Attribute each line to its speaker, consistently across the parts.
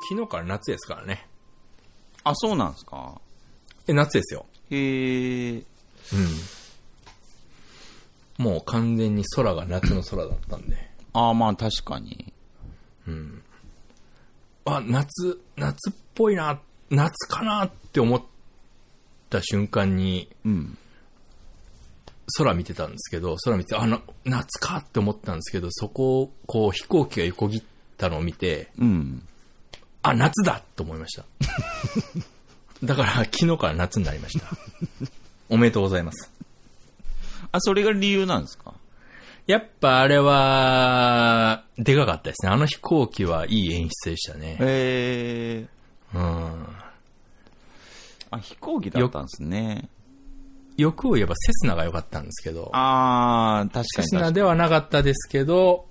Speaker 1: 昨日から夏ですからね。
Speaker 2: あ、そうなんですか
Speaker 1: え、夏ですよ。
Speaker 2: へえ。
Speaker 1: うん。もう完全に空が夏の空だったんで。
Speaker 2: ああ、まあ確かに。
Speaker 1: あ、夏、夏っぽいな、夏かなって思った瞬間に、
Speaker 2: うん。
Speaker 1: 空見てたんですけど、空見て、あ、な夏かって思ったんですけど、そこを、こう、飛行機が横切ったのを見て、
Speaker 2: うん。
Speaker 1: あ、夏だと思いました。 だから、昨日から夏になりました。おめでとうございます。
Speaker 2: あ、それが理由なんですか
Speaker 1: やっぱあれは、でかかったですね。あの飛行機はいい演出でしたね。
Speaker 2: へえ。
Speaker 1: うん。
Speaker 2: あ、飛行機だったんですね。
Speaker 1: 欲を言えばセスナが良かったんですけど、
Speaker 2: ああ、確か
Speaker 1: セ
Speaker 2: に
Speaker 1: ス
Speaker 2: 確か
Speaker 1: ナ
Speaker 2: に。
Speaker 1: ではなかったですけど、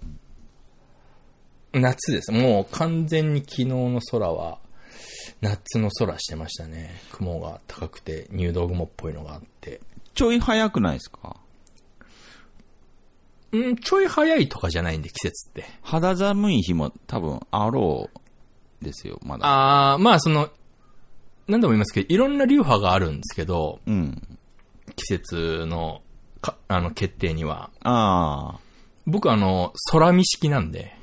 Speaker 1: 夏です。もう完全に昨日の空は、夏の空してましたね。雲が高くて、入道雲っぽいのがあって。
Speaker 2: ちょい早くないですか
Speaker 1: うん、ちょい早いとかじゃないんで、季節って。
Speaker 2: 肌寒い日も多分あろうですよ、まだ。
Speaker 1: あー、まあその、何度も言いますけど、いろんな流派があるんですけど、
Speaker 2: うん。
Speaker 1: 季節のかあの決定には。
Speaker 2: あ
Speaker 1: 僕あの、空見式なんで、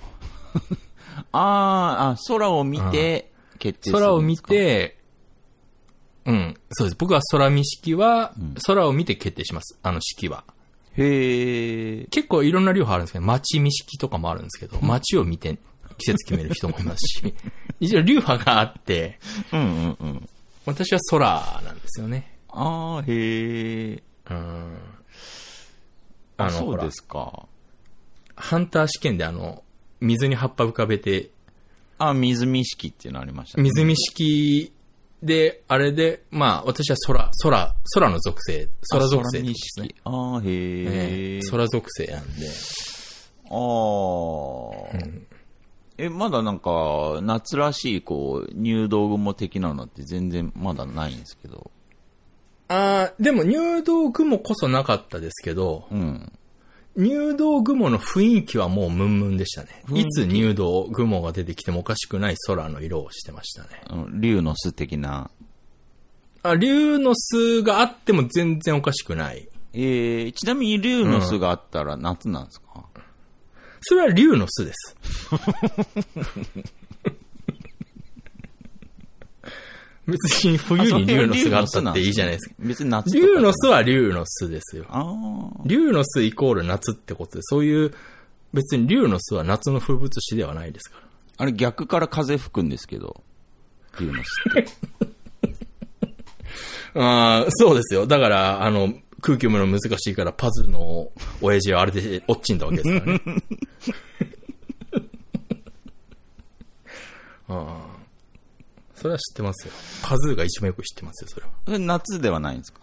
Speaker 2: あ。ああ、あ、空を見て、決定するんですか。
Speaker 1: 空を見て、うん、そうです。僕は空見式は
Speaker 2: うん、
Speaker 1: 空を見て決定します。あの式は。
Speaker 2: へえ。
Speaker 1: 結構いろんな流派あるんですけど、街見式とかもあるんですけど、街を見て季節決める人もいますし、 一応流派があって、
Speaker 2: うんうんうん。
Speaker 1: 私は空なんですよね。
Speaker 2: ああ、へえ。
Speaker 1: うん。あ
Speaker 2: あ、
Speaker 1: の、
Speaker 2: そ
Speaker 1: ほ
Speaker 2: う
Speaker 1: ら
Speaker 2: で、すか。
Speaker 1: ハンター試験であの、水に葉っぱ浮かべて
Speaker 2: あ、水見式っていうのありましたね。
Speaker 1: 水見式で、あれで、まあ、私は空、空、空の属性、空属性
Speaker 2: あ
Speaker 1: で
Speaker 2: 見
Speaker 1: すね
Speaker 2: 式。。ああ、へ
Speaker 1: え
Speaker 2: え
Speaker 1: え。空属性なんで。
Speaker 2: ああ、え、まだなんか、夏らしい、こう、入道雲的なのって全然まだないんですけど。
Speaker 1: あーでも入道雲こそなかったですけど、
Speaker 2: うん。
Speaker 1: 入道雲の雰囲気はもうムンムンでしたね。
Speaker 2: 雰囲
Speaker 1: い
Speaker 2: 気
Speaker 1: つ入道雲が出てきてもおかしくない空の色をしてましたね。
Speaker 2: あの竜の巣的な。
Speaker 1: あ、竜の巣があっても全然おかしくない。
Speaker 2: えー、ちなみに竜の巣があったら夏なんですか、
Speaker 1: それは竜の巣 です。別に冬に竜の巣があったっていいじゃないですか。
Speaker 2: 別に夏とかじゃ
Speaker 1: 竜
Speaker 2: ない
Speaker 1: の巣は竜の巣ですよ。
Speaker 2: ああ。
Speaker 1: 竜の巣イコール夏ってことで、そういう、別に竜の巣は夏の風物詩ではないですから。
Speaker 2: あれ逆から風吹くんですけど。竜の巣って。
Speaker 1: ああ、そうですよ。だから、あの、空気読むの難しいから、パズルの親父はあれで落ちんだわけです からね。ああ。それは知ってますよ。パズルが一番よく知ってますよ、それは。
Speaker 2: それ夏ではないんですか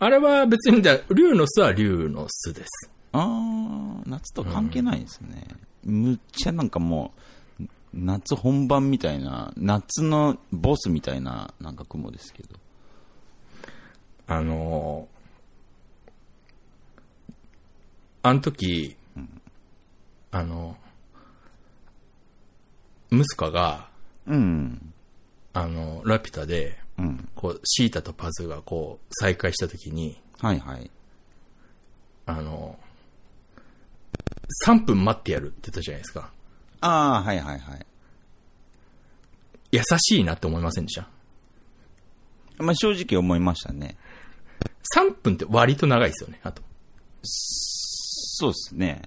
Speaker 1: あれは別に、だ竜の巣は竜の巣です。
Speaker 2: ああ、夏と関係ないですね。むっちゃなんかもう、夏本番みたいな、夏のボスみたいな、なんか雲ですけど。
Speaker 1: あのー、あの時、あの、ムスカが、
Speaker 2: うん。
Speaker 1: あの、ラピュタで、
Speaker 2: うん。
Speaker 1: こう、シータとパズーがこう、再会した時に、
Speaker 2: はいはい。
Speaker 1: あの、3分待ってやるって言ったじゃないですか。
Speaker 2: ああ、はいはいはい。
Speaker 1: 優しいなって思いませんでした
Speaker 2: まあ正直思いましたね。
Speaker 1: ?3 分って割と長いですよね、あと。
Speaker 2: そうですね。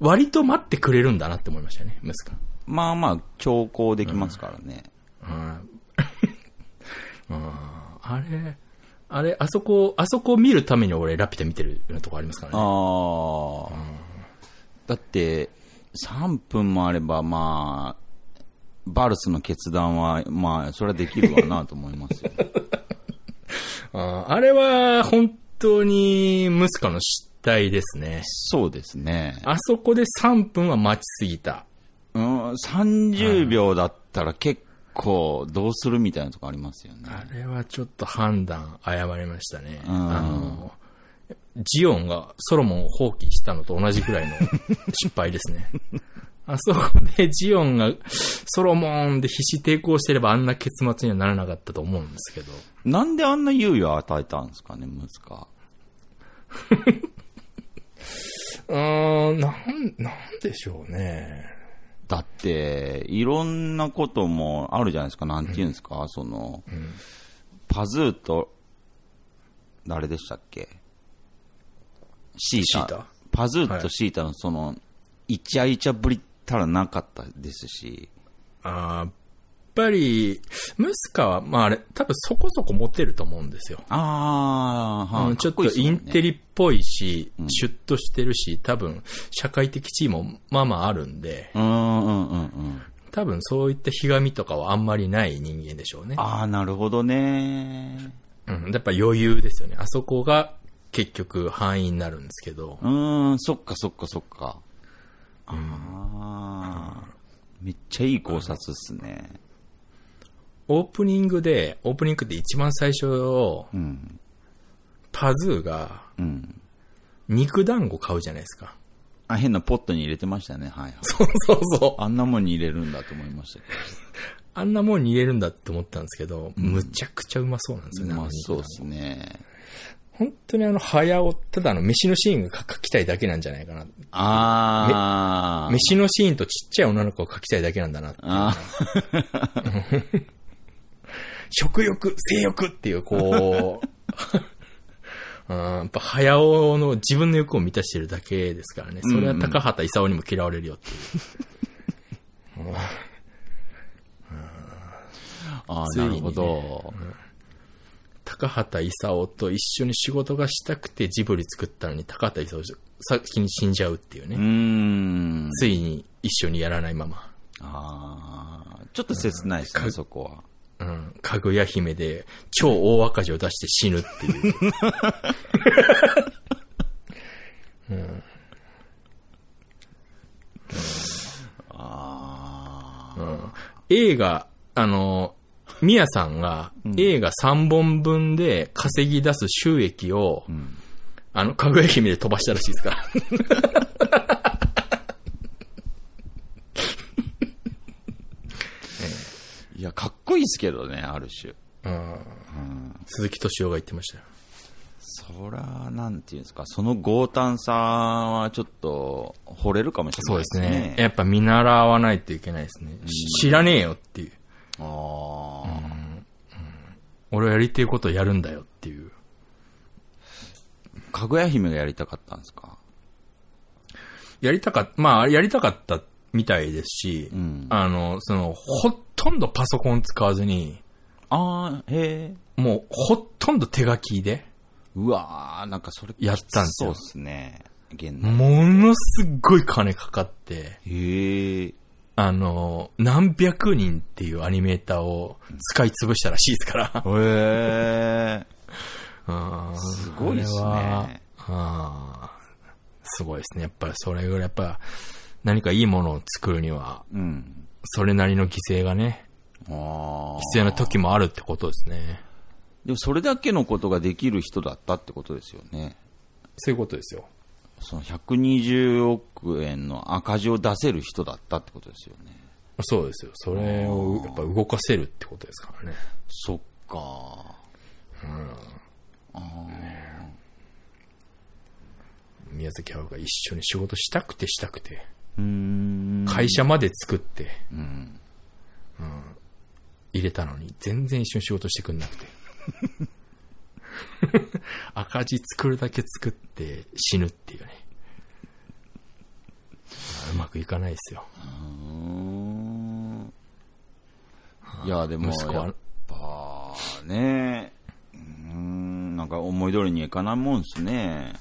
Speaker 1: 割と待ってくれるんだなって思いましたね、ムスカ。
Speaker 2: まあまあ、強行できますからね。
Speaker 1: うんうんあれ、あれ、あそこ、あそこ見るために俺、ラピュタ見てるようなとこありますからね。
Speaker 2: ああ、だって、3分もあれば、まあ、バルスの決断は、まあ、それはできるわなと思います よ。
Speaker 1: あーあれは、本当に、ムスカの失態ですね。
Speaker 2: そうですね。
Speaker 1: あそこで3分は待ちすぎた。
Speaker 2: うん、30秒だったら結構どうするみたいなとこありますよね。
Speaker 1: あれはちょっと判断誤りましたね。
Speaker 2: うん
Speaker 1: あの、 ジオンがソロモンを放棄したのと同じくらいの失敗ですね。あそこでジオンがソロモンで必死抵抗してればあんな結末にはならなかったと思うんですけど。
Speaker 2: なんであんな猶予を与えたんですかね、ムスカ。
Speaker 1: うーん、なん、なんでしょうね。
Speaker 2: だって、いろんなこともあるじゃないですか、なんていうんですか、その、パズーと、誰でしたっけシータ。
Speaker 1: シータ
Speaker 2: パズーとシータのその、イチャイチャぶりったらなかったですし、
Speaker 1: あーやっぱり、ムスカは、まああれ、多分そこそこモテると思うんですよ。
Speaker 2: あー、はあ
Speaker 1: うんちょっ
Speaker 2: かこい
Speaker 1: と
Speaker 2: いす
Speaker 1: イ
Speaker 2: もん
Speaker 1: ン
Speaker 2: ね
Speaker 1: テリっぽいし、シュッとしてるし、多分社会的地位もまあまああるんで、
Speaker 2: うんうんうんうん。
Speaker 1: 多分そういったひがみとかはあんまりない人間でしょうね。
Speaker 2: あー、なるほどね。
Speaker 1: うん、やっぱ余裕ですよね。あそこが結局範囲になるんですけど
Speaker 2: う、ーん、そっかそっかそっか。あー、めっちゃいい考察っすね。
Speaker 1: オープニングで、オープニングで一番最初、
Speaker 2: うん、
Speaker 1: パズーが
Speaker 2: うん。
Speaker 1: 肉団子買うじゃないですか。
Speaker 2: あ、変なポットに入れてましたね。はいはい。
Speaker 1: そうそうそう。
Speaker 2: あんなもんに入れるんだと思いましたけ
Speaker 1: あんなもんに入れるんだって思ったんですけど、むちゃくちゃうまそうなんですよね。
Speaker 2: ど。まあ
Speaker 1: の肉
Speaker 2: そう
Speaker 1: 団
Speaker 2: で
Speaker 1: 子
Speaker 2: すね。
Speaker 1: 本当にあの、早尾、ただあの、飯のシーンが描きたいだけなんじゃないかな。
Speaker 2: あー。
Speaker 1: 飯のシーンとちっちゃい女の子を描きたいだけなんだな。
Speaker 2: あ
Speaker 1: 食欲、性欲っていう、こう、 うんやっぱ、早尾の自分の欲を満たしてるだけですからね。それは高畑勲にも嫌われるよっていう。
Speaker 2: ーあー、
Speaker 1: つい
Speaker 2: な
Speaker 1: に
Speaker 2: るほど。
Speaker 1: 高畑勲と一緒に仕事がしたくてジブリ作ったのに高畑勲先に死んじゃうっていうね。
Speaker 2: うーん。
Speaker 1: ついに一緒にやらないまま。
Speaker 2: あー。ちょっと切ないですね、そこは。
Speaker 1: うん。かぐや姫で超大赤字を出して死ぬっていう。
Speaker 2: あ
Speaker 1: うん、映画、あの、ミヤさんが映画3本分で稼ぎ出す収益を、
Speaker 2: ん
Speaker 1: あの、かぐや姫で飛ばしたらしいですから。
Speaker 2: ー。いや、かっこいいですけどね、ある種。
Speaker 1: 鈴木敏夫が言ってましたよ。
Speaker 2: そら、なんていうんですか、その強胆さはちょっと、惚れるかもしれ
Speaker 1: そう
Speaker 2: ない
Speaker 1: で
Speaker 2: ですすね。
Speaker 1: ね。やっぱ見習わないといけないですね。し知らねえよっていう。
Speaker 2: あー。
Speaker 1: 俺はやりてえことをやるんだよっていう。
Speaker 2: かぐや姫がやりたかったんですか
Speaker 1: やりたかっまあ、やりたかったみたいですし、
Speaker 2: ん
Speaker 1: あの、その、ほとんどパソコン使わずに、
Speaker 2: あー、へー。
Speaker 1: もう、ほとんど手書きで、
Speaker 2: うわー、なんかそれ
Speaker 1: やったんですよ
Speaker 2: そうっすね。現代。
Speaker 1: ものすっごい金かかって、
Speaker 2: へえ。
Speaker 1: あの、何百人っていうアニメーターを使い潰したらしいですから。
Speaker 2: へえ。
Speaker 1: うん
Speaker 2: すごいですね
Speaker 1: これはあーすごいですね。やっぱりそれぐらい、やっぱ何かいいものを作るには、
Speaker 2: うん。
Speaker 1: それなりの犠牲がね、
Speaker 2: ああ。
Speaker 1: 必要な時もあるってことですね。
Speaker 2: でもそれだけのことができる人だったってことですよね。
Speaker 1: そういうことですよ。
Speaker 2: その120億円の赤字を出せる人だったってことですよね。
Speaker 1: そうですよ。それをやっぱ動かせるってことですからね。
Speaker 2: そっか。
Speaker 1: 宮崎駿が一緒に仕事したくてしたくて、
Speaker 2: うーん。
Speaker 1: 会社まで作って、
Speaker 2: うん。
Speaker 1: 入れたのに、全然一緒に仕事してくんなくて。 赤字作るだけ作って死ぬっていうね。うまくいかないですよ。
Speaker 2: うーんいや、でも、
Speaker 1: 息子は
Speaker 2: やっぱね、うーん、なんか思い通りにはいかないもんですね。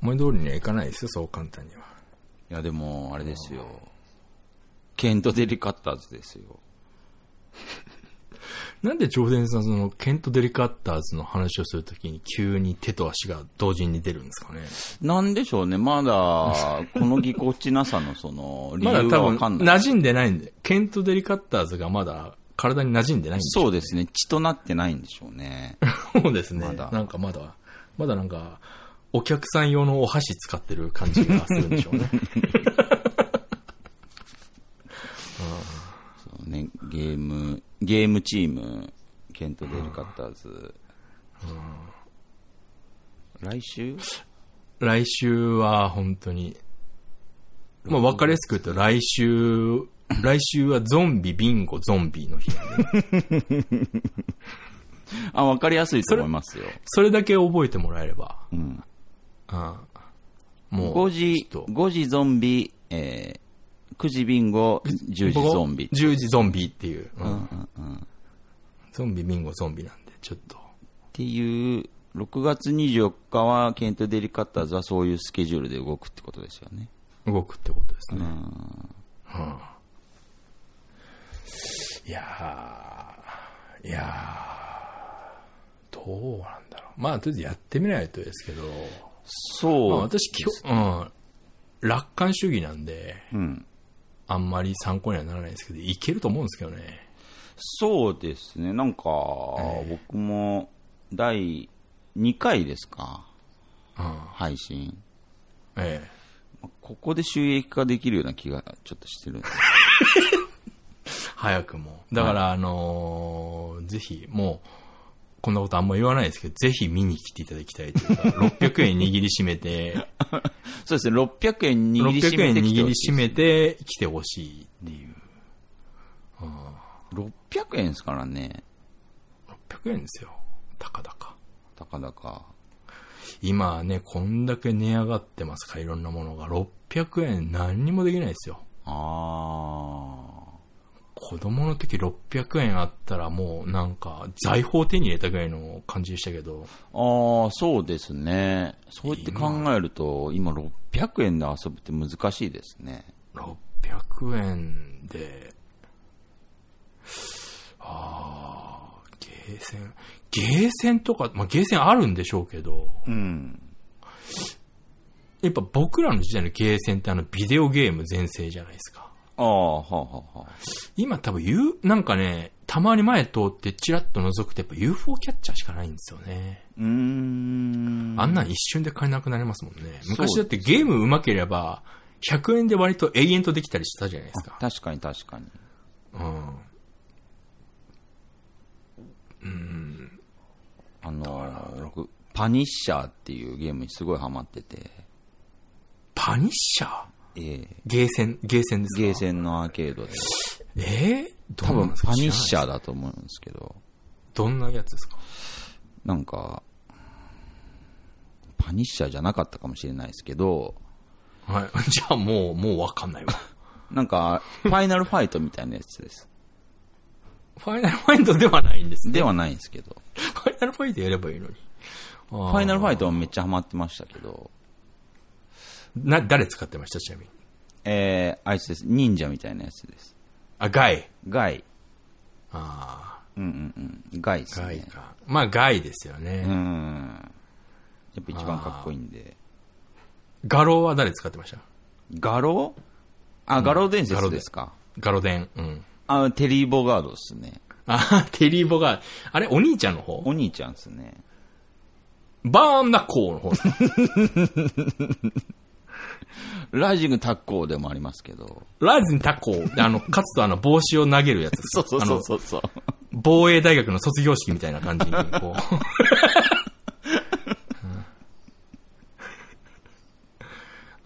Speaker 1: 思い通りにはいかないですよ、そう簡単には。
Speaker 2: いや、でも、あれですよ。ケント・デリカッターズですよ。
Speaker 1: なんでジョーデンさん、その、ケント・デリカッターズの話をするときに急に手と足が同時に出るんですかね。
Speaker 2: なんでしょうね、まだ、このぎこちなさのその、理
Speaker 1: まだ
Speaker 2: 由
Speaker 1: 多
Speaker 2: がわ
Speaker 1: 分、
Speaker 2: かんない。
Speaker 1: 馴染んでないんで、ケント・デリカッターズがまだ体に馴染んでないんでしょ
Speaker 2: そうですね、血となってないんでしょうね。
Speaker 1: そうですね。
Speaker 2: まだ
Speaker 1: なんかまだ、まだなんか、お 客さん用のお箸使ってる感じがするんでしょうね。
Speaker 2: ゲームチーム、ケント・デルカッターズ。来週
Speaker 1: 来週は本当に、まあ分かりやすく言うと来週、来週はゾンビ、ビンゴ、ゾンビの日。
Speaker 2: あ、わかりやすいと思いますよ。
Speaker 1: それだけ覚えてもらえれば。
Speaker 2: うん。
Speaker 1: ああもう、
Speaker 2: 5時、
Speaker 1: ちょっと
Speaker 2: 5時ゾンビ、えー、9時ビンゴ、10時ゾンビ。
Speaker 1: 10時ゾンビっていう。うん
Speaker 2: うんうんうん。っ
Speaker 1: ゾンビ、ビンゴ、ゾンビなんで、ちょっと。
Speaker 2: ていう、6月24日は、ケント・デリカッターズはそういうスケジュールで動くってことですよね。
Speaker 1: 動くってことですね。はあいやー、いやー、どうなんだろう。まあ、とりあえずやってみないとですけど、まあ、
Speaker 2: そう。
Speaker 1: 私、基本、うん、楽観主義なんで、
Speaker 2: うん。
Speaker 1: あんまり参考にはならないですけど、いけると思うんですけどね。
Speaker 2: そうですね。なんか、僕も、第2回ですか。
Speaker 1: うん、
Speaker 2: 配信。
Speaker 1: ええ。
Speaker 2: ここで収益化できるような気がちょっとしてるんで。
Speaker 1: 早くも。だから、あのーぜひ、もう、こんなことあんま言わないですけど、ぜひ見に来ていただきたいというか、600円 握りしめて、
Speaker 2: そうですね、600円握りし
Speaker 1: 600
Speaker 2: め
Speaker 1: 円
Speaker 2: てきて
Speaker 1: 握
Speaker 2: ほ
Speaker 1: り
Speaker 2: し
Speaker 1: し
Speaker 2: い
Speaker 1: めて来てほしいっていう。
Speaker 2: 600円ですからね、
Speaker 1: 600円ですよ。たかだか。
Speaker 2: たかだか。
Speaker 1: 今はね、こんだけ値上がってますから、いろんなものが。600円何にもできないですよ。
Speaker 2: あ
Speaker 1: 子供の時600円あったらもうなんか財宝手に入れたぐらいの感じでしたけど、
Speaker 2: ー。ああ、そうですね。そうやって考えると、今600円で遊ぶって難しいですね。
Speaker 1: 600円で、ああ、ゲーセン、ゲーセンとか、まあゲーセンあるんでしょうけど、
Speaker 2: うん。
Speaker 1: やっぱ僕らの時代のゲーセンってあのビデオゲーム全盛じゃないですか。
Speaker 2: ああ、はあはあはあ。
Speaker 1: 今多分 U、なんかね、たまに前通ってチラッと覗くとやっぱ UFO キャッチャーしかないんですよね。
Speaker 2: うーん。
Speaker 1: あんなん一瞬で買えなくなりますもんね。
Speaker 2: そう
Speaker 1: 昔だってゲーム上手ければ、100円で割と永遠とできたりしたじゃないですか。
Speaker 2: 確かに確かに。
Speaker 1: うん。
Speaker 2: あのー、僕パニッシャーっていうゲームにすごいハマってて、
Speaker 1: パニッシャー
Speaker 2: ええ
Speaker 1: ゲーセン、ゲーセンですか
Speaker 2: ゲーセンのアーケードで。
Speaker 1: えー、
Speaker 2: 多分パニッシ
Speaker 1: ー。
Speaker 2: ャーだと思うんですけど、
Speaker 1: どんなやつですか
Speaker 2: なんか、パニッシャーじゃなかったかもしれないですけど、
Speaker 1: はい。 じゃあもう、もうわかんないわ。
Speaker 2: なんか、ファイナルファイトみたいなやつ です。
Speaker 1: ファイナルファイトではないんですね。
Speaker 2: ではないんですけど、
Speaker 1: ファイナルファイトやればいいのに。フ
Speaker 2: ファイナルファ
Speaker 1: イ
Speaker 2: イトはめっちゃハマってましたけど、
Speaker 1: な、誰使ってましたちなみに。
Speaker 2: えー、あいつです。忍者みたいなやつです。
Speaker 1: あ、ガイ。
Speaker 2: ガイ。
Speaker 1: あ
Speaker 2: うんうんうん。ガイです
Speaker 1: あ、ガイ
Speaker 2: ね。
Speaker 1: か。まあ、ガイですよね。
Speaker 2: うん。やっぱ一番かっこいいんで。
Speaker 1: 画廊は誰使ってました
Speaker 2: 画廊あ、画廊伝説ですか。
Speaker 1: ガロデン。うん。
Speaker 2: あ、テリー・ボガードですね。
Speaker 1: あ、テリーボが、あれ、お兄ちゃんの方
Speaker 2: お兄ちゃんですね。
Speaker 1: バーンナッコーの方。
Speaker 2: ライジング・タッコーでもありますけど。
Speaker 1: ライズンタッコー。あの、かつとあの、帽子を投げるやつ。
Speaker 2: そうそうそうそうそう。
Speaker 1: あの防衛大学の卒業式みたいな感じに、こう。うん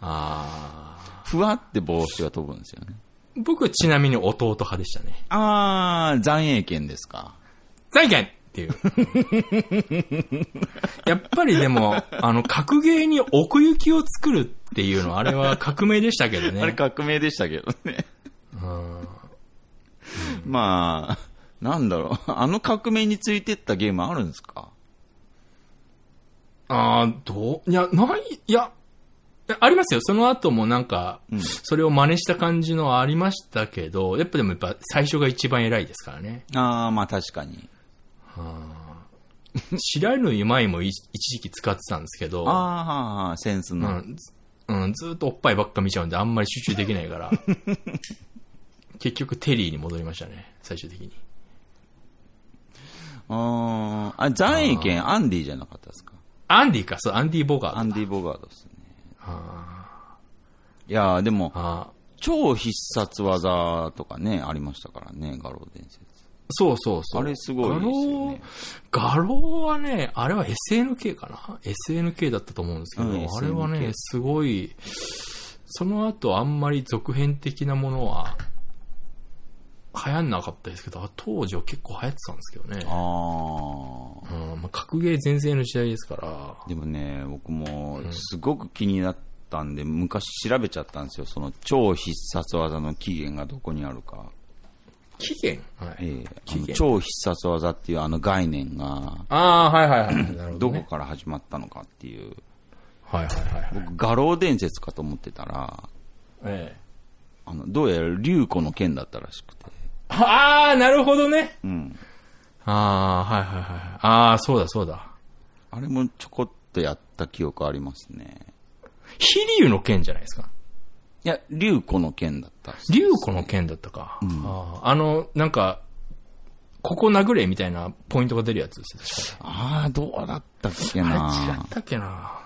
Speaker 1: あ
Speaker 2: ふわって帽子が飛ぶんですよね。
Speaker 1: ー 僕、ちなみに弟派でしたね。
Speaker 2: あー、残影剣ですか。
Speaker 1: 財源って いう。やっぱりでも、あの、格ゲーに奥行きを作るっていうのは、あれは革命でしたけどね。
Speaker 2: あれ革命でしたけどね。
Speaker 1: うん
Speaker 2: まあ、なんだろう。あの革命についてったゲームあるんですか
Speaker 1: ああ、どういや、ない、いや、えありますよ。その後もなんか、それを真似した感じのはありましたけど、やっぱでもやっぱ最初が一番偉いですからね。
Speaker 2: あー、まあ確かに。
Speaker 1: 白犬ゆまいもい一時期使ってたんですけど、
Speaker 2: あー、センス
Speaker 1: う
Speaker 2: の。
Speaker 1: ん、ずうん、ずーっとおっぱいばっか見ちゃうんであんまり集中できない から、結局テリーに戻りましたね、最終的に。
Speaker 2: あー、あ残影剣アンディじゃなかったですか
Speaker 1: アンディか、そう、アンディ・ボガー
Speaker 2: アン
Speaker 1: ド。
Speaker 2: ディ・ボガードですね。いやー、でも、
Speaker 1: あー
Speaker 2: 超必殺技とかね、ありましたからね、画廊伝説。
Speaker 1: そうそうそう。
Speaker 2: あれすごいですよね
Speaker 1: 画廊。画廊はね、あれは SNK かな ?SNK だったと思うんですけど、
Speaker 2: うん
Speaker 1: あれはね
Speaker 2: SNK、
Speaker 1: すごい、その後あんまり続編的なものは流行んなかったですけど、あ当時は結構流行ってたんですけどね。
Speaker 2: あー
Speaker 1: うんまあ、格ゲー全盛の時代ですから、
Speaker 2: でもね、僕もすごく気になったんで、昔調べちゃったんですよ、その超必殺技の起源がどこにあるか。
Speaker 1: 期限は
Speaker 2: え
Speaker 1: い。
Speaker 2: え
Speaker 1: 起源
Speaker 2: あの超必殺技っていうあの概念が、
Speaker 1: ああ、はいはいはい。 なるほ
Speaker 2: ど
Speaker 1: ど、
Speaker 2: こ
Speaker 1: ね。
Speaker 2: から始まったのかっていう。
Speaker 1: はいはいはいはい。
Speaker 2: 僕、画廊伝説かと思ってたら、
Speaker 1: ええ
Speaker 2: あの、どうやら竜子の剣だったらしくて。
Speaker 1: ああ、なるほどね。
Speaker 2: うん。
Speaker 1: ああ、はいはいはい。ああ、そうだそうだ。
Speaker 2: あれもちょこっとやった記憶ありますね。
Speaker 1: 飛竜の剣じゃないですか。
Speaker 2: いや、竜子の剣だったっす。
Speaker 1: 竜子の剣だったか。あーあの、なんか、ここ殴れみたいなポイントが出るやつですよ
Speaker 2: ああ、どうだったっけ
Speaker 1: 確かにあれ違
Speaker 2: な
Speaker 1: っ。たっけな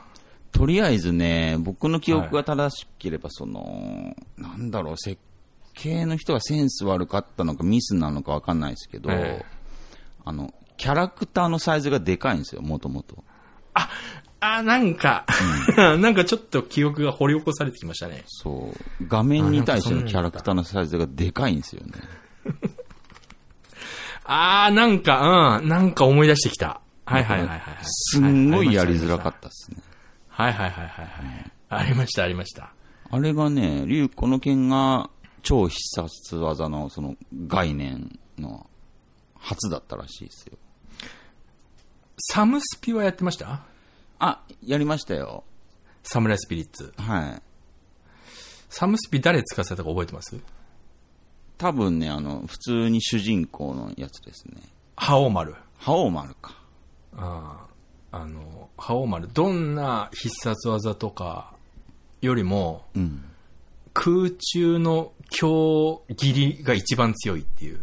Speaker 2: とりあえずね、僕の記憶が正しければ、その、なんだろう、設計の人がセンス悪かったのか、ミスなのかわかんないですけど、
Speaker 1: ええ
Speaker 2: あの、キャラクターのサイズがでかいんですよ、もともと。
Speaker 1: あー、なんか、なん かちょっと記憶が掘り起こされてきましたね。
Speaker 2: そう。画面に対してのキャラクターのサイズがでかいんですよね。
Speaker 1: ああ、なんか、うん、なんか思い出してきた。はいはいはいはいはい。
Speaker 2: すんごいやりづらかったですね。
Speaker 1: はいはいはいはいはい。ありました、ありました。
Speaker 2: あれがね、竜この剣が超必殺技のその概念の初だったらしいですよ。
Speaker 1: サムスピはやってました
Speaker 2: あ、やりましたよ。
Speaker 1: サムライスピリッツ。
Speaker 2: はい。
Speaker 1: サムスピ誰使わせたか覚えてます
Speaker 2: 多分ね、あの、普通に主人公のやつですね。
Speaker 1: 覇王丸。
Speaker 2: 覇王丸か。
Speaker 1: あああの、覇王丸。どんな必殺技とかよりも、
Speaker 2: うん。
Speaker 1: 空中の強斬りが一番強いっていう。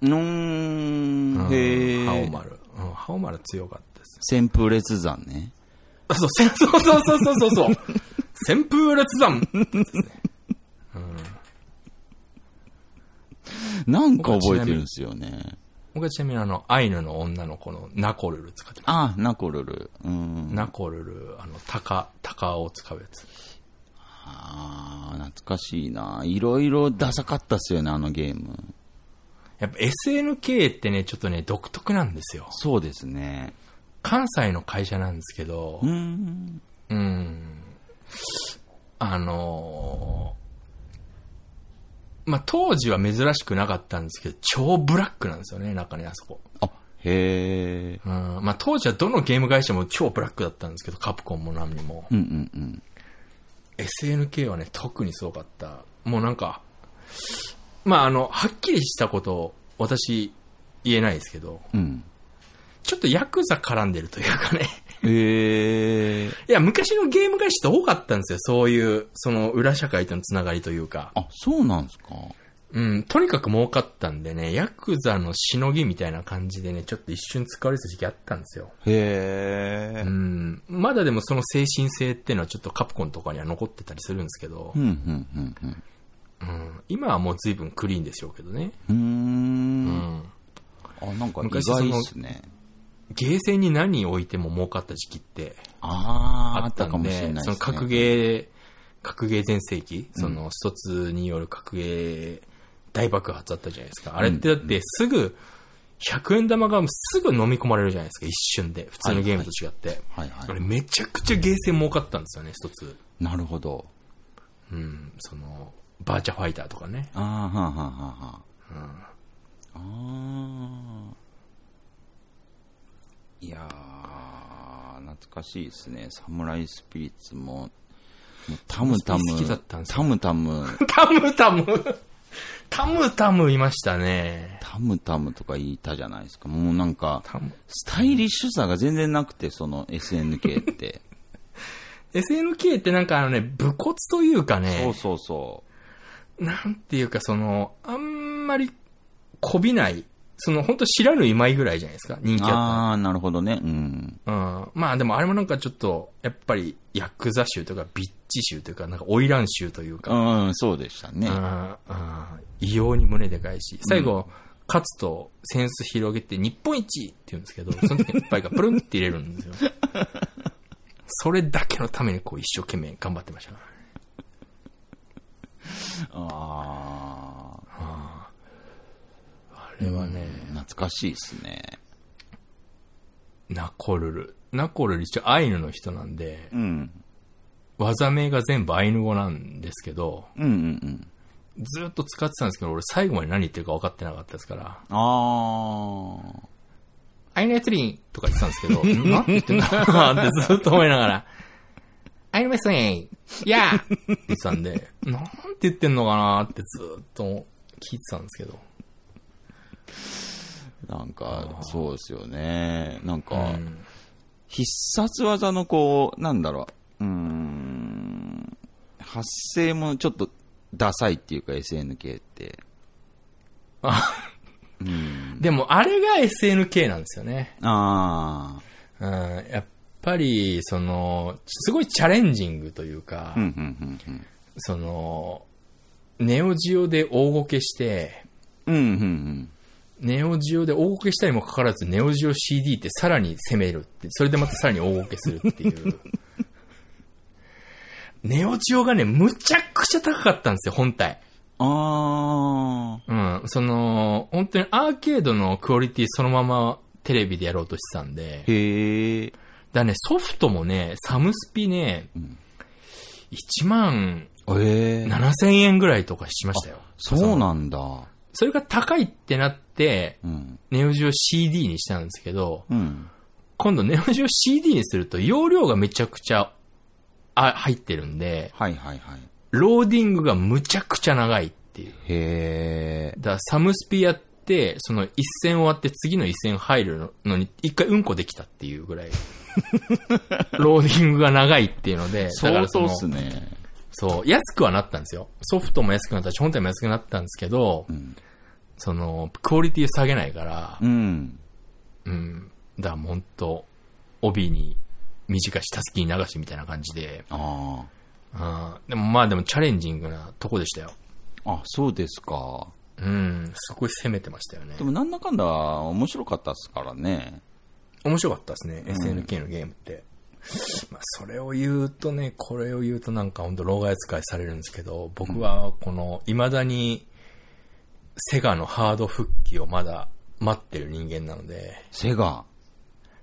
Speaker 2: うー
Speaker 1: うん
Speaker 2: ん、へ
Speaker 1: 覇王
Speaker 2: ー。
Speaker 1: 丸。うん、覇王丸強かったです。
Speaker 2: 旋風列山ね。
Speaker 1: あ、そう、せそうそうそうそうそうそう。 旋風列山
Speaker 2: なんか覚えてるんですよね。
Speaker 1: 僕はちなみにあの、アイヌの女の子のナコルル使ってま
Speaker 2: あ、ナコルル。うん
Speaker 1: す。。ナコルル、あの、タカ、タカを使うやつ。
Speaker 2: あー、懐かしいな。いろいろダサかったっすよね、あのゲーム。
Speaker 1: やっぱ SNK ってね、ちょっとね、独特なんですよ。
Speaker 2: そうですね。
Speaker 1: 関西の会社なんですけど、
Speaker 2: うん。
Speaker 1: うん。あのーまあ、当時は珍しくなかったんですけど、超ブラックなんですよね、中にあそこ。
Speaker 2: あ、へー。
Speaker 1: うん。まあ、当時はどのゲーム会社も超ブラックだったんですけど、カプコンも何にも。
Speaker 2: うんうんうん。
Speaker 1: SNK はね、特にすごかった。もうなんか、まあ、あの、はっきりしたことを私言えないですけど、
Speaker 2: うん。
Speaker 1: ちょっとヤクザ絡んでるというかね。
Speaker 2: へー。
Speaker 1: いや、昔のゲーム会社って多かったんですよ。そういう、その裏社会とのつながりというか。
Speaker 2: あ、そうなんすか。
Speaker 1: うん、とにかく儲かったんでね、ヤクザのしのぎみたいな感じでね、ちょっと一瞬使われてた時期あったんですよ。
Speaker 2: へ
Speaker 1: う
Speaker 2: ー。
Speaker 1: ん、まだでもその精神性っていうのはちょっとカプコンとかには残ってたりするんですけど
Speaker 2: う、ん、うん、うん、うん。
Speaker 1: うん、今はもう随分クリーンでしょうけどね。
Speaker 2: うー。
Speaker 1: うんん
Speaker 2: あ、なんか意
Speaker 1: 昔その
Speaker 2: 外っすね。
Speaker 1: ゲーセンに何置いても儲かった時期って
Speaker 2: あー、
Speaker 1: あ
Speaker 2: あ
Speaker 1: っ
Speaker 2: ったた
Speaker 1: んで、
Speaker 2: かもしれないです
Speaker 1: そ
Speaker 2: ね。
Speaker 1: の格ゲー、格ゲー全盛期、そのストツによる格ゲー大爆発あったじゃないですか。あれってだってすぐ、100円玉がすぐ飲み込まれるじゃないですか、一瞬で。普通のゲームと違って。
Speaker 2: はいは
Speaker 1: あれめちゃくちゃゲーセン儲かったんですよね、ストツ。
Speaker 2: い。なるほど。
Speaker 1: うん、その、バーチャファイターとかね。
Speaker 2: あー、はあ、はあ、はあ、はあ。あー。いやー、懐かしいですね。サムライスピリッツも、もうタムタム
Speaker 1: 好きだったん、ですよ
Speaker 2: タムタム、
Speaker 1: タムタム タムタムいましたね。
Speaker 2: タムタムとか言いたじゃないですか。もうなんか、
Speaker 1: タム
Speaker 2: スタイリッシュさが全然なくて、その SNK って。
Speaker 1: SNK ってなんかあのね、武骨というかね。
Speaker 2: そうそうそ
Speaker 1: なんていうかその、あんまり、こびない。その、本当知らぬ今井ぐらいじゃないですか、人
Speaker 2: う。
Speaker 1: 気あっ
Speaker 2: ああ、なるほどね。うん。
Speaker 1: たの。うん。まあでもあれもなんかちょっと、やっぱり、ヤクザ州とか、ビッチ州というか、なんか、花魁州というか、
Speaker 2: うん、そうでしたね
Speaker 1: う。ん、うん異様に胸でかいし、最後、勝つとセンス広げて日本一って言うんですけど、その時にいっぱいがプルンって入れるんです よ。それだけのためにこう一生懸命頑張ってましたからね
Speaker 2: ああ、
Speaker 1: あれはね、
Speaker 2: 懐かしいですね。
Speaker 1: ナコルル。ナコルル一応アイヌの人なんで、
Speaker 2: うん。
Speaker 1: 技名が全部アイヌ語なんですけど、
Speaker 2: うんうんうん。
Speaker 1: ずっと使ってたんですけど、俺最後まで何言ってるか分かってなかったですから、
Speaker 2: ああ、
Speaker 1: アイナイトリンとか言ってたんですけど、 んなんて言ってんだってずっと思いながら、アイナメスイン、やーって言ってたんで、なんて言ってんのかなってずっと聞いてたんですけど、
Speaker 2: なんか、そうですよね。なんか、必殺技のこう、なんだろう、うーん、発声もちょっとダサいっていうか SNK って。
Speaker 1: でもあれが SNK なんですよね。
Speaker 2: ああ、
Speaker 1: うん、やっぱり、その、すごいチャレンジングというか、
Speaker 2: うんうんうん
Speaker 1: その、ネオジオで大ごけして、
Speaker 2: うん。うんうんうん。
Speaker 1: ネオジオで大ごけしたにもかかわらず、ネオジオ CD ってさらに攻めるって、それでまたさらに大ごけするっていう。 ネオジオがね、むちゃくちゃ高かったんですよ、本体。
Speaker 2: あ
Speaker 1: うん。その、本当にアーケードのクオリティそのままテレビでやろうとしてたんで
Speaker 2: あ、。へえ。
Speaker 1: だね、ソフトもね、サムスピね、
Speaker 2: ん
Speaker 1: 1万
Speaker 2: ええ。
Speaker 1: 7000円ぐらいとかしましたよ。
Speaker 2: そうなんだ。
Speaker 1: それが高いってなって、
Speaker 2: うん。
Speaker 1: ネオジオ CD にしたんですけど、
Speaker 2: うん。
Speaker 1: 今度ネオジオ CD にすると容量がめちゃくちゃあ入ってるんで、
Speaker 2: はいはいはい。
Speaker 1: ローディングがむちゃくちゃ長いっていう。
Speaker 2: へえ。
Speaker 1: だからサムスピやって、その一戦終わって次の一戦入るのに一回うんこできたっていうぐ らい。ローディングが長いっていうので、だから
Speaker 2: 相
Speaker 1: そ
Speaker 2: 当
Speaker 1: の
Speaker 2: っすね。
Speaker 1: そう、安くはなったんですよ。ソフトも安くなったし、本体も安くなったんですけど、
Speaker 2: ん
Speaker 1: その、クオリティ下げないから、
Speaker 2: うん。
Speaker 1: うん。だからもうほんと、帯に短いしたすきに流しみたいな感じで、
Speaker 2: あ
Speaker 1: あーでもまあでもチャレンジングなとこでしたよ。
Speaker 2: あ。あ、そうですか。
Speaker 1: うん、すごい攻めてましたよね
Speaker 2: で。もなんだかんだ面白かったっすからね。
Speaker 1: 面白かったですね、SNK のゲームって。まあ、それを言うとね、これを言うとなんか本当老害扱いされるんですけど、僕はこの、未だに、セガのハード復帰をまだ待ってる人間なので、
Speaker 2: セガ。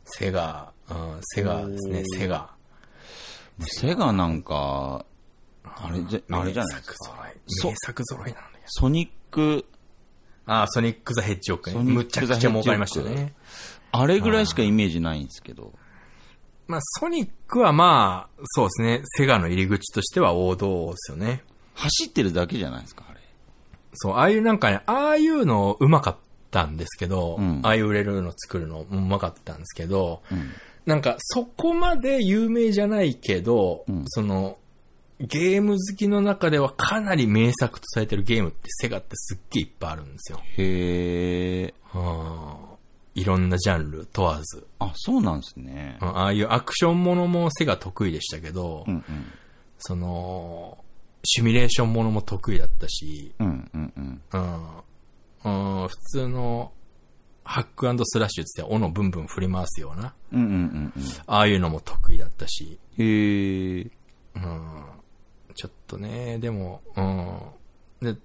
Speaker 1: セガ、うん、セガですね、セガ。
Speaker 2: セガなんか、あれじゃ、あれじゃない
Speaker 1: 名
Speaker 2: です
Speaker 1: 作
Speaker 2: か。
Speaker 1: 揃い。
Speaker 2: そう
Speaker 1: 名作揃いなのね。
Speaker 2: ソニック、
Speaker 1: ああ、ソニック・ザ・ヘッジホックね。
Speaker 2: ソニック
Speaker 1: むちゃくちゃ儲かりました
Speaker 2: ザヘッジホ
Speaker 1: ね。
Speaker 2: あれぐらいしかイメージないんですけど。
Speaker 1: まあ、ソニックはまあ、そうですね、セガの入り口としては王道ですよね。
Speaker 2: 走ってるだけじゃないですか、あれ。
Speaker 1: そう、ああいうなんかね、ああいうのうまかったんですけど、
Speaker 2: うん
Speaker 1: ああいう売れるの作るのうまかったんですけど、
Speaker 2: うん
Speaker 1: なんかそこまで有名じゃないけど、
Speaker 2: うん
Speaker 1: その、ゲーム好きの中ではかなり名作とされてるゲームってセガってすっげえいっぱいあるんですよ。
Speaker 2: へえ。
Speaker 1: うんいろんなジャンル問わず。
Speaker 2: あ、そうなんですね
Speaker 1: う。んああいうアクションものもセガ得意でしたけど、
Speaker 2: うん
Speaker 1: その、シミュレーションものも得意だったし、
Speaker 2: うん。うんうんうん。
Speaker 1: うん、うん普通のハックスラッシュってって斧ブンブン振り回すような、
Speaker 2: うんうんうんうん。
Speaker 1: ああいうのも得意だったし、
Speaker 2: へえ。
Speaker 1: うん、ちょっとね、でも、うん、で、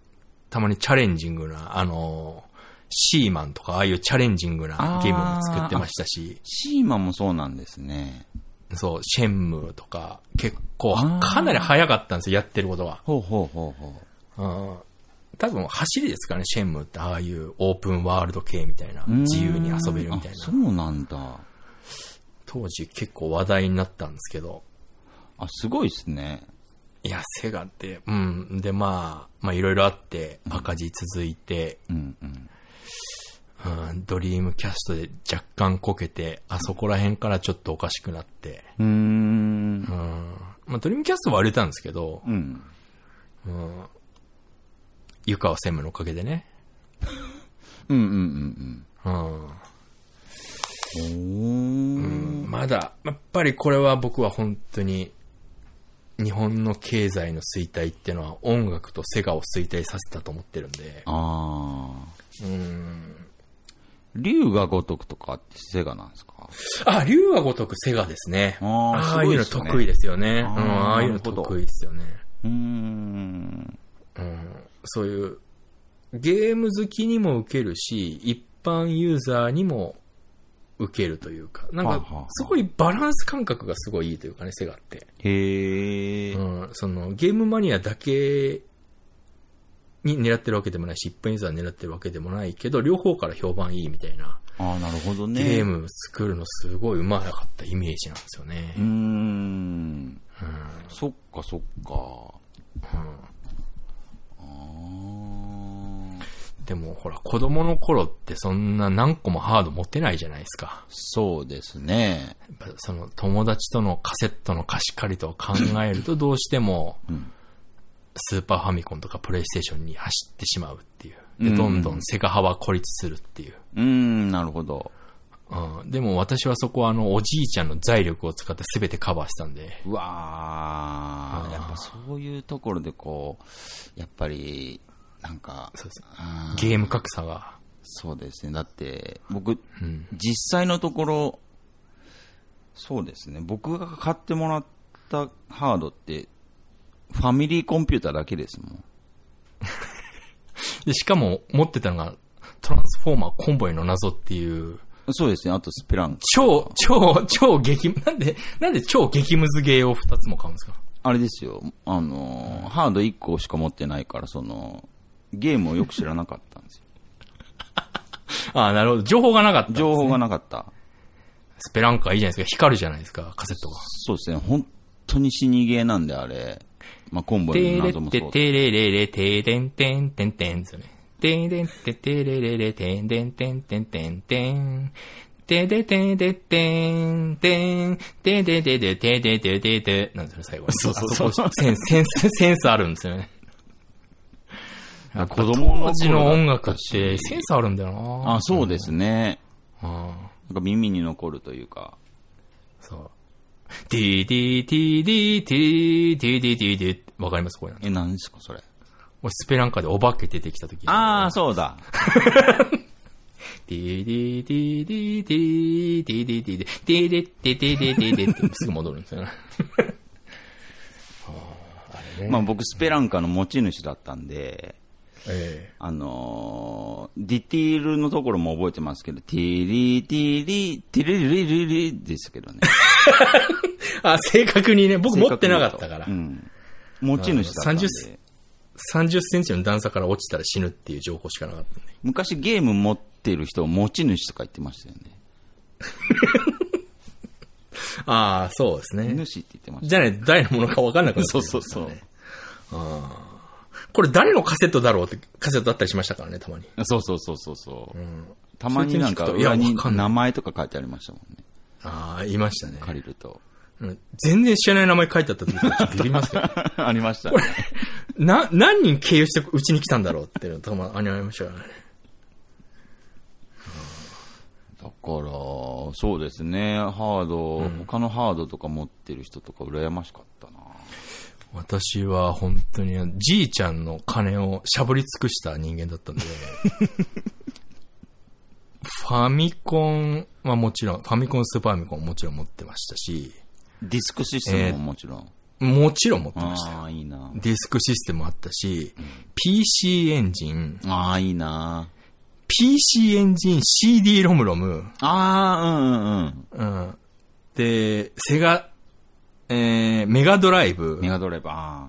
Speaker 1: たまにチャレンジングな、あの、シーマンとかああいうチャレンジングなゲームも作ってましたし、
Speaker 2: シーマもそうなんですね。
Speaker 1: そう、シェンムーとか、結構
Speaker 2: あー、
Speaker 1: かなり早かったんですよ、やってることが。
Speaker 2: ほうほうほうほ
Speaker 1: うん多分走りですかね、シェンムーって、ああいうオープンワールド系みたいな、
Speaker 2: う。うーん
Speaker 1: 自由に遊べるみたい
Speaker 2: あ
Speaker 1: な
Speaker 2: そ。うなんだ。
Speaker 1: 当時結構話題になったんですけど、
Speaker 2: あ、すごいですね。
Speaker 1: いや、セガって、うん。で、まあ、まあ、いろいろあって、赤字続いて、
Speaker 2: うんうん。
Speaker 1: うん、ドリームキャストで若干こけて、あそこら辺からちょっとおかしくなって、
Speaker 2: うーん
Speaker 1: う。ん。まあ、ドリームキャストは売れたんですけど、
Speaker 2: うん。
Speaker 1: うん。湯川専務のおかげでね、
Speaker 2: うんうん
Speaker 1: う
Speaker 2: うん
Speaker 1: ん。
Speaker 2: うん。
Speaker 1: まだ、やっぱりこれは僕は本当に、日本の経済の衰退っていうのは音楽とセガを衰退させたと思ってるんで、
Speaker 2: おー。ああ。
Speaker 1: うん。
Speaker 2: 竜が如くとかってセガなんですか
Speaker 1: あ、竜が如くセガですね。
Speaker 2: あー
Speaker 1: あ
Speaker 2: す
Speaker 1: あい
Speaker 2: ごいうっ
Speaker 1: の
Speaker 2: すね
Speaker 1: 得意ですよね。うん、
Speaker 2: あー
Speaker 1: ああいうの
Speaker 2: なるほど
Speaker 1: 得意ですよね。
Speaker 2: うーん。
Speaker 1: うん、そういう、ゲーム好きにも受けるし、一般ユーザーにも受けるというか、なん
Speaker 2: はあはあは
Speaker 1: か
Speaker 2: あ、
Speaker 1: すごいバランス感覚がすごいいいというかね、セガって。
Speaker 2: へえ。
Speaker 1: うん、そのゲームマニアだけに狙ってるわけでもないし、一般ユーザー狙ってるわけでもないけど、両方から評判いいみたいな、
Speaker 2: ああ、なるほどね。
Speaker 1: ゲー。ム作るのすごい上手かったイメージなんですよね
Speaker 2: うー。ん。
Speaker 1: うん
Speaker 2: そっかそっか。
Speaker 1: うん
Speaker 2: あー
Speaker 1: でもほら、子供の頃ってそんな何個もハード持ってないじゃないですか。
Speaker 2: そうですね。
Speaker 1: やっぱその友達とのカセットの貸し借りと考えるとどうしても、スーパーファミコンとかプレイステーションに走ってしまうっていう。で、
Speaker 2: うん
Speaker 1: どんどんセガ派は孤立するっていう。
Speaker 2: うーん、なるほど。
Speaker 1: うん、でも私はそこはあの、おじいちゃんの財力を使って全てカバーしてたんで。
Speaker 2: うわ
Speaker 1: あ
Speaker 2: ー
Speaker 1: ー
Speaker 2: やっぱそういうところでこう、やっぱり、なんか、
Speaker 1: そうです
Speaker 2: あー
Speaker 1: ゲーム格差が。
Speaker 2: そうですね。だって、僕、
Speaker 1: うん。
Speaker 2: 実際のところ、そうですね。僕が買ってもらったハードって、ファミリーコンピューターだけですもん。
Speaker 1: で、しかも持ってたのが、トランスフォーマーコンボイの謎っていう、
Speaker 2: そうですね。あとスペランク。
Speaker 1: 超、超、超激、なんで、なんで超激ムズゲーを2つも買うんですか
Speaker 2: あれですよ。あのー、ハード1個しか持ってないから、その、ゲームをよく知らなかったんです よ。
Speaker 1: ああ、なるほど。情報がなかった。
Speaker 2: 情報がなかった。
Speaker 1: スペランカいいじゃないですか。光るじゃないですか、カセットが。
Speaker 2: そうですね。本当に死にゲーなんで、あれ。まあ、コンボ
Speaker 1: て
Speaker 2: イの
Speaker 1: れ
Speaker 2: 謎も
Speaker 1: って
Speaker 2: そう。
Speaker 1: てれれれてでんてんてんてんですよね。てでんててれれれてんでんてんてんてんてん。てでてでてんてん。てでででてでででで。なんですよね、最後。
Speaker 2: そうそうそう
Speaker 1: あ こセンス、センス、センスあるんですよね。
Speaker 2: あ子供
Speaker 1: 当時の
Speaker 2: 頃だ
Speaker 1: 音
Speaker 2: た
Speaker 1: 楽って
Speaker 2: し
Speaker 1: センスあるんだよな
Speaker 2: あ、そうですね。
Speaker 1: ああ
Speaker 2: なんか耳に残るというか。
Speaker 1: そう。DDTDTDTDTD わかりますこれなんて
Speaker 2: え、何ですか、それ。
Speaker 1: 俺スペランカでお化け出てきた時
Speaker 2: ああ、そうだ。
Speaker 1: ディディディディディディディディディディディディディディディってすぐ戻るんですよね。
Speaker 2: まあ僕、スペランカの持ち主だったんで、
Speaker 1: え
Speaker 2: あのーディティールのところも覚えてますけど、ティリティリ、ティリリリリですけどね。
Speaker 1: え。あ、正確にね、僕 持ってなかったから
Speaker 2: う。ん。持ち主だったん
Speaker 1: 30
Speaker 2: で。
Speaker 1: 30センチの段差から落ちたら死ぬっていう情報しかなかったんで。
Speaker 2: 昔ゲーム持ってる人を持ち主とか言ってましたよ
Speaker 1: ああ、そうです
Speaker 2: ね。
Speaker 1: ね。
Speaker 2: 主って言ってました。
Speaker 1: じゃあね、誰のものか分かんなくなっちゃ
Speaker 2: そ
Speaker 1: いうます
Speaker 2: そ
Speaker 1: か
Speaker 2: う
Speaker 1: ら
Speaker 2: そう
Speaker 1: ね。。これ誰のカセットだろうってカセットだったりしましたからね、たまに。
Speaker 2: そうそうそうそうそう。
Speaker 1: ん
Speaker 2: たまになんか
Speaker 1: そういう
Speaker 2: 裏
Speaker 1: 時に聞くといや
Speaker 2: に
Speaker 1: わかんない
Speaker 2: 名前とか書いてありましたもんね。
Speaker 1: ああ、いましたね。
Speaker 2: 借り ると。
Speaker 1: うん全然知らない名前書いてあった時とかちょっとビビりますけど。
Speaker 2: ありましたね。
Speaker 1: な、何人経由してうちに来たんだろうっていうのたまにありましたからね。
Speaker 2: だから、そうですね、ハード、他のハードとか持ってる人とか羨ましかったな。
Speaker 1: 私は本当にあのじいちゃんの金をしゃぶり尽くした人間だったんで、 ファミコンはもちろん、ファミコンスーパーファミコンもちろん持ってましたし、
Speaker 2: ディスクシステムももちろん。
Speaker 1: もちろん持ってましたよ。
Speaker 2: ああ、いいな。
Speaker 1: ディスクシステムあったし、PC エンジン、
Speaker 2: ああ、いいな。
Speaker 1: PC エンジン、CD ロムロム、
Speaker 2: ああ、うんうんうん。
Speaker 1: うん、で、セガ、えー、メガドライブ
Speaker 2: メ、ガドライブ、ああ。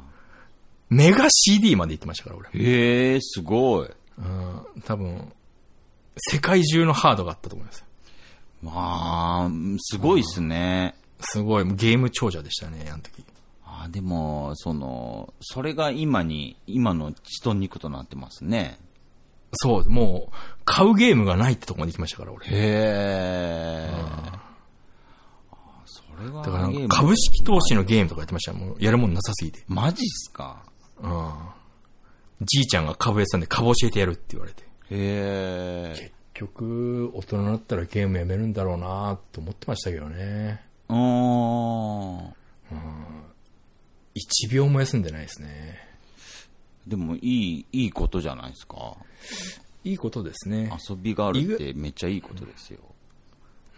Speaker 1: メガ CD まで行ってましたから、俺。
Speaker 2: へえ、すごい。
Speaker 1: うん、多分、世界中のハードがあったと思いますよ。
Speaker 2: まあ、すごいっすね。
Speaker 1: すごい、ゲーム長者でしたね、あの時。
Speaker 2: ああ、でも、その、それが今に、今の血と肉となってますね。
Speaker 1: そう、もう、買うゲームがないってとこまで行きましたから、俺。
Speaker 2: へえ。ああそれは
Speaker 1: だからなんか
Speaker 2: ゲーム
Speaker 1: 株式投資のゲームとかやってましたよもうやるもんなさすぎて。
Speaker 2: マジっすか
Speaker 1: うん。じいちゃんが株屋さんで株教えてやるって言われて。
Speaker 2: へえ。
Speaker 1: 結局、大人になったらゲームやめるんだろうなと思ってましたけどね。
Speaker 2: うーん。
Speaker 1: 1秒も休んでないですね。
Speaker 2: でも、いい、いいことじゃないですか。
Speaker 1: いいことですね。
Speaker 2: 遊びがあるってめっちゃいいことですよ。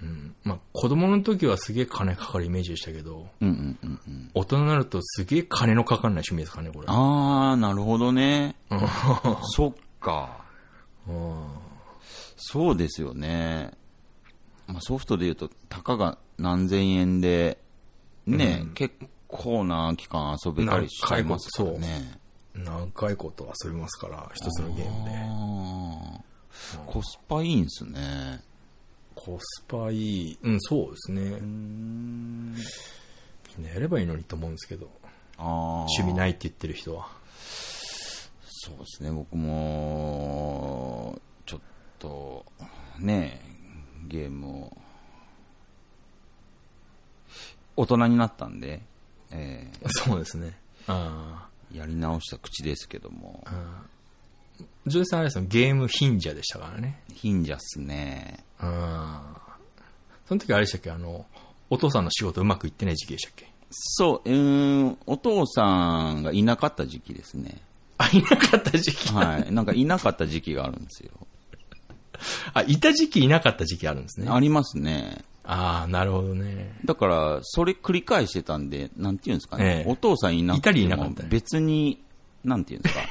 Speaker 1: うんまあ、子供の時はすげえ金かかるイメージでしたけど、
Speaker 2: うんうんうんうん。
Speaker 1: 大人になるとすげえ金のかかんない趣味ですかね、これ。
Speaker 2: あー、なるほど ね。そっか。
Speaker 1: うん
Speaker 2: そうですよね。まあ、ソフトで言うと、たかが何千円で、ね、結構な期間遊べたりしちゃいますからね。
Speaker 1: 何回こと遊びますから、一つのゲームで。
Speaker 2: あーコスパいいんですね。
Speaker 1: コスパいい。うん、そうですね。みんなやればいいのにと思うんですけど、
Speaker 2: あー
Speaker 1: 趣味ないって言ってる人は。
Speaker 2: そうですね、僕も、ちょっと、ね、ゲームを、大人になったんで、え
Speaker 1: そうですね。あ
Speaker 2: ーやり直した口ですけども、
Speaker 1: あ。ジョージさんあれですよ、ゲーム貧者でしたからね。
Speaker 2: 貧者っすね。
Speaker 1: ああ。その時あれでしたっけあの、お父さんの仕事うまくいってない時期でしたっけ
Speaker 2: そう、うーん、お父さんがいなかった時期ですね。
Speaker 1: あ、いなかった時期。
Speaker 2: はい。なんかいなかった時期があるんですよ。
Speaker 1: あ、いた時期いなかった時期あるんですね。
Speaker 2: ありますね。
Speaker 1: ああ、なるほどね。
Speaker 2: だから、それ繰り返してたんで、なんていうんですかね。
Speaker 1: ええ
Speaker 2: お父さんいなくても
Speaker 1: いたりいなかったり
Speaker 2: 別に、なんていう んですか。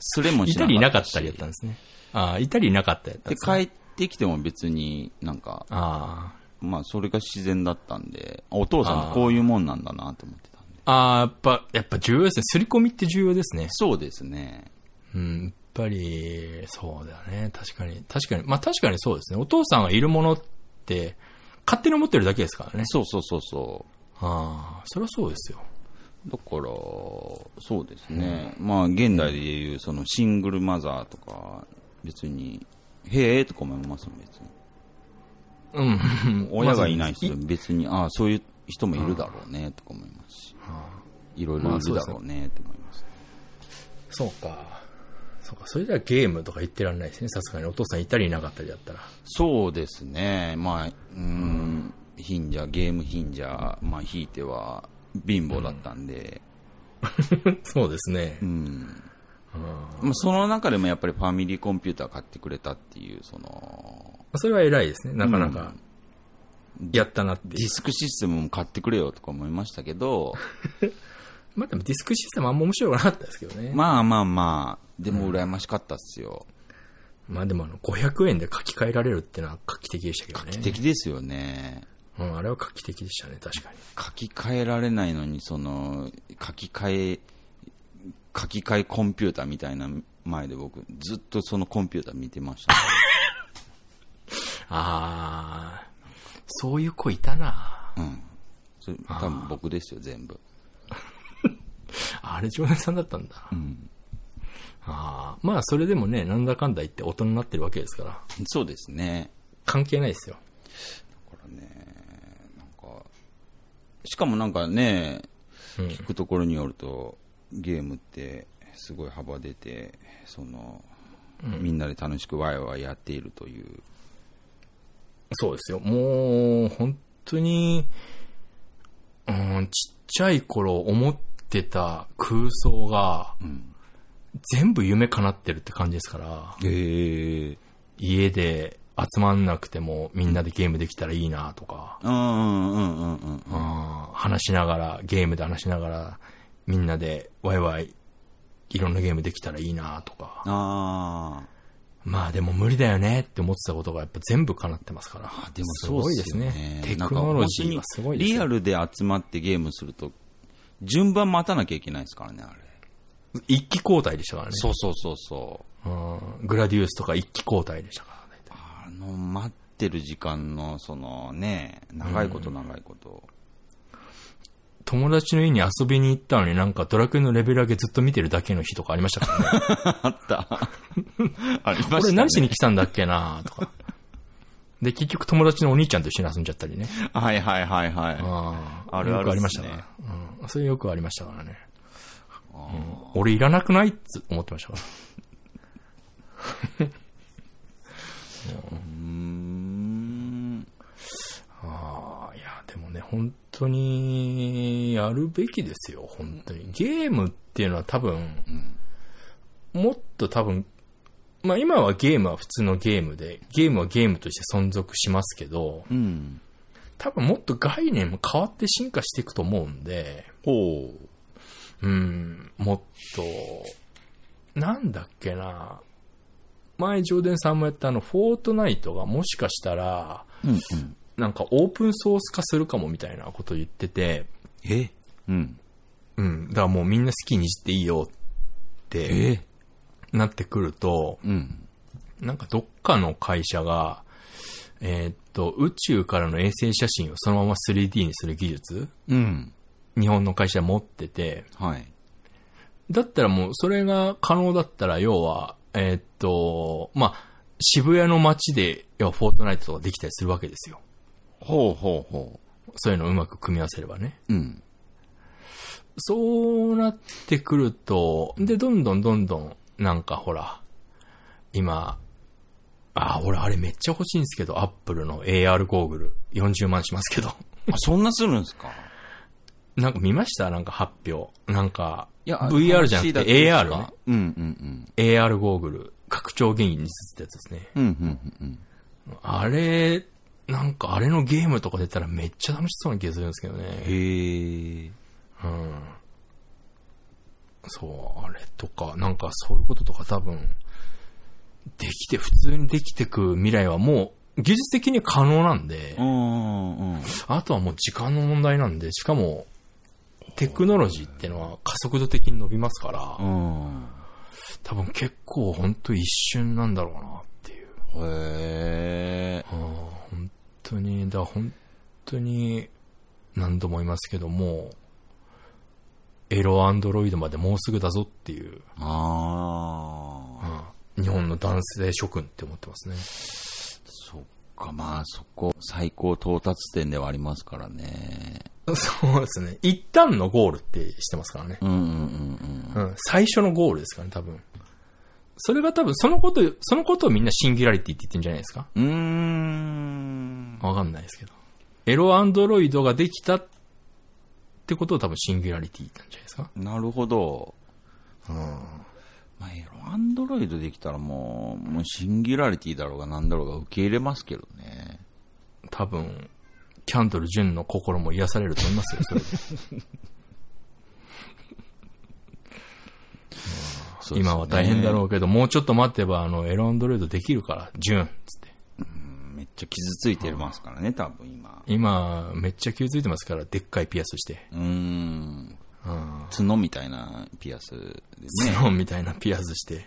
Speaker 2: すれも
Speaker 1: い
Speaker 2: しな
Speaker 1: たりいなか
Speaker 2: かった
Speaker 1: っ
Speaker 2: した
Speaker 1: りやったんですね。ああ、いたりいなかったやったん
Speaker 2: で、
Speaker 1: ですね。
Speaker 2: 帰ってきても別になんか、
Speaker 1: あ
Speaker 2: まあ、それが自然だったんで、あお父さんってこういうもんなんだなと思ってたんで。
Speaker 1: あ。ああ、やっぱ、やっぱ重要ですね。刷り込みって重要ですね。
Speaker 2: そうですね。
Speaker 1: うん、やっぱり、そうだよね。確かに。確かに。まあ確かにそうですね。お父さんがいるものって、勝手に思ってるだけですからね。
Speaker 2: そうそうそうそう。
Speaker 1: ああ、それはそうですよ。
Speaker 2: だから、そうですね、まあ、現代でいうそのシングルマザーとか、別に、へえとか思いますもん、別に。
Speaker 1: うん。
Speaker 2: 親がいない
Speaker 1: し
Speaker 2: 人、別に、ああ、そういう人もいるだろうねとか思いますし、いろいろいるだろうねと思います。
Speaker 1: そうか。そうか。それじゃゲームとか言ってらんないですね。さすがに。お父さんいたりいなかったりだったら。
Speaker 2: そうですね、まあ、うん、貧者、ゲーム貧者、まあ、ひいては貧乏だったんで、
Speaker 1: そうですね。
Speaker 2: うんまあ、その中でもやっぱりファミリーコンピューター買ってくれたっていう、その、
Speaker 1: それは偉いですね。なかなか、やったなっていう
Speaker 2: ディスクシステムも買ってくれよとか思いましたけど、
Speaker 1: まあでもディスクシステムあんま面白くなかったですけどね。ま、
Speaker 2: まあまあまあ、でも羨ましかったっすよ。
Speaker 1: あでもあの、500円で書き換えられるってのは画期的でしたけどね。
Speaker 2: 素敵ですよね。
Speaker 1: うん、あれは画期的でしたね、確かに。
Speaker 2: 書き換えられないのに、その、書き換え、書き換えコンピューターみたいな前で僕、ずっとそのコンピューター見てました。
Speaker 1: あー、そういう子いたな
Speaker 2: うん。それ多分僕ですよ、全部。
Speaker 1: あれ、常連さんだったんだ。
Speaker 2: うん。
Speaker 1: あー、まあそれでもね、なんだかんだ言って大人になってるわけですから、
Speaker 2: そうですね。
Speaker 1: 関係ないですよ。
Speaker 2: だからね、なんか、しかもなんかね、
Speaker 1: うん
Speaker 2: 聞くところによると、ゲームってすごい幅出て、その、みんなで楽しくワイワイやっているという。
Speaker 1: そうですよ。もう、本当に、うん、ちっちゃい頃思ってた空想が、全部夢叶ってるって感じですから、
Speaker 2: へえ。
Speaker 1: 家で集まんなくてもみんなでゲームできたらいいなとか、
Speaker 2: うんうんうんうんう
Speaker 1: う
Speaker 2: ん。
Speaker 1: ん話しながら、ゲームで話しながら、みんなでワイワイ、いろんなゲームできたらいいなとか、
Speaker 2: ああ。
Speaker 1: まあでも無理だよねって思ってたことがやっぱ全部叶ってますから。
Speaker 2: あでも
Speaker 1: す
Speaker 2: そう
Speaker 1: ごい
Speaker 2: っ
Speaker 1: ですす
Speaker 2: よね
Speaker 1: ね。テクノロジーはすごいです
Speaker 2: リ
Speaker 1: よ
Speaker 2: アルで集まってゲームすると、順番待たなきゃいけないですからね、あれ。
Speaker 1: 一気交代でしたからね。
Speaker 2: そうそうそうそう。
Speaker 1: うんグラディウスとか一気交代でしたからね。
Speaker 2: あの、待ってる時間の、そのね、長いこと長いこと。
Speaker 1: 友達の家に遊びに行ったのになんかドラクエのレベル上げずっと見てるだけの日とかありましたからね。
Speaker 2: あった。ありました、ね。
Speaker 1: これ何しに来たんだっけなとか。で、結局友達のお兄ちゃんと一緒に遊んじゃったりね。
Speaker 2: はいはいはいはい。
Speaker 1: あ
Speaker 2: あるある
Speaker 1: よくありましたから。うん。それよくありましたからね。うん俺いらなくないって思ってましたから。
Speaker 2: うーん。
Speaker 1: ああ、いや、でもね、本当に、やるべきですよ、本当に。ゲームっていうのは多分、もっと多分、まあ今はゲームは普通のゲームで、ゲームはゲームとして存続しますけど、
Speaker 2: うん。
Speaker 1: 多分もっと概念も変わって進化していくと思うんで、
Speaker 2: ほう。
Speaker 1: うん、もっと、なんだっけな。前、上田さんもやったあの、フォートナイトがもしかしたら、
Speaker 2: うん、
Speaker 1: なんかオープンソース化するかもみたいなこと言ってて、
Speaker 2: えうん。
Speaker 1: うん、だからもうみんな好きにしていいよってなってくると、
Speaker 2: うん。
Speaker 1: なんかどっかの会社が、えーっと、宇宙からの衛星写真をそのまま 3D にする技術、
Speaker 2: うん。
Speaker 1: 日本の会社持ってて、
Speaker 2: はい。
Speaker 1: だったらもうそれが可能だったら、要は、えーっと、まあ、渋谷の街で、要はフォートナイトとかできたりするわけですよ。
Speaker 2: ほうほうほ
Speaker 1: そういうのをうまく組み合わせればね。
Speaker 2: う。うん。
Speaker 1: そうなってくると、で、どんどんどんどん、なんかほら、今、あ、俺あれめっちゃ欲しいんですけど、アップルの AR ゴーグル、40万しますけど。
Speaker 2: あ、そんなするんですか
Speaker 1: なんか見ましたなんか発表。なんか、
Speaker 2: いや
Speaker 1: VR じゃなくて AR ね
Speaker 2: か。うんうん
Speaker 1: AR ゴーグル、拡張現実ってやつですね。
Speaker 2: うん。うんうんうん
Speaker 1: あれ、なんかあれのゲームとか出たらめっちゃ楽しそうな気がするんですけど
Speaker 2: うん。
Speaker 1: ね。
Speaker 2: へえ。
Speaker 1: うん。そう、あれとか、なんかそういうこととか多分、できて、普通にできてく未来はもう、技術的に可能なんで
Speaker 2: う、んうんうん。
Speaker 1: あとはもう時間の問題なんで、しかも、テクノロジーってのは加速度的に伸びますから、
Speaker 2: うん。
Speaker 1: 多分結構本当一瞬なんだろうなっていう。
Speaker 2: へえ。
Speaker 1: ああ本当に、だ本当に何度も言いますけども、エロアンドロイドまでもうすぐだぞっていう、
Speaker 2: ああ。
Speaker 1: うん日本の男性諸君って思ってますね。
Speaker 2: そっか、まあそこ、最高到達点ではありますからね。
Speaker 1: そうですね。一旦のゴールってしてますからね。
Speaker 2: うんうんうん
Speaker 1: うん、最初のゴールですからね、多分。それが多分、そのこと、そのことをみんなシンギュラリティって言ってるんじゃないですか
Speaker 2: うん。うーん。
Speaker 1: わかんないですけど。エロアンドロイドができたってことを多分シンギュラリティなんじゃないですか
Speaker 2: なるほど。
Speaker 1: うん。
Speaker 2: まあ、エロアンドロイドできたらもう、もうシンギュラリティだろうが何だろうが受け入れますけどね。
Speaker 1: 多分、キャンドル・ジュンの心も癒されると思いますよ、 それで
Speaker 2: そうですね
Speaker 1: 今は大変だろうけど、もうちょっと待てば、あの、エロアンドロイドできるから、ジュン、つって。
Speaker 2: めっちゃ傷ついてますからね、多分今。
Speaker 1: 今、めっちゃ気づいてますから、でっかいピアスして。
Speaker 2: うーん。
Speaker 1: うん。
Speaker 2: 角みたいなピアスで
Speaker 1: ス
Speaker 2: ね。
Speaker 1: ノーみたいなピアスして。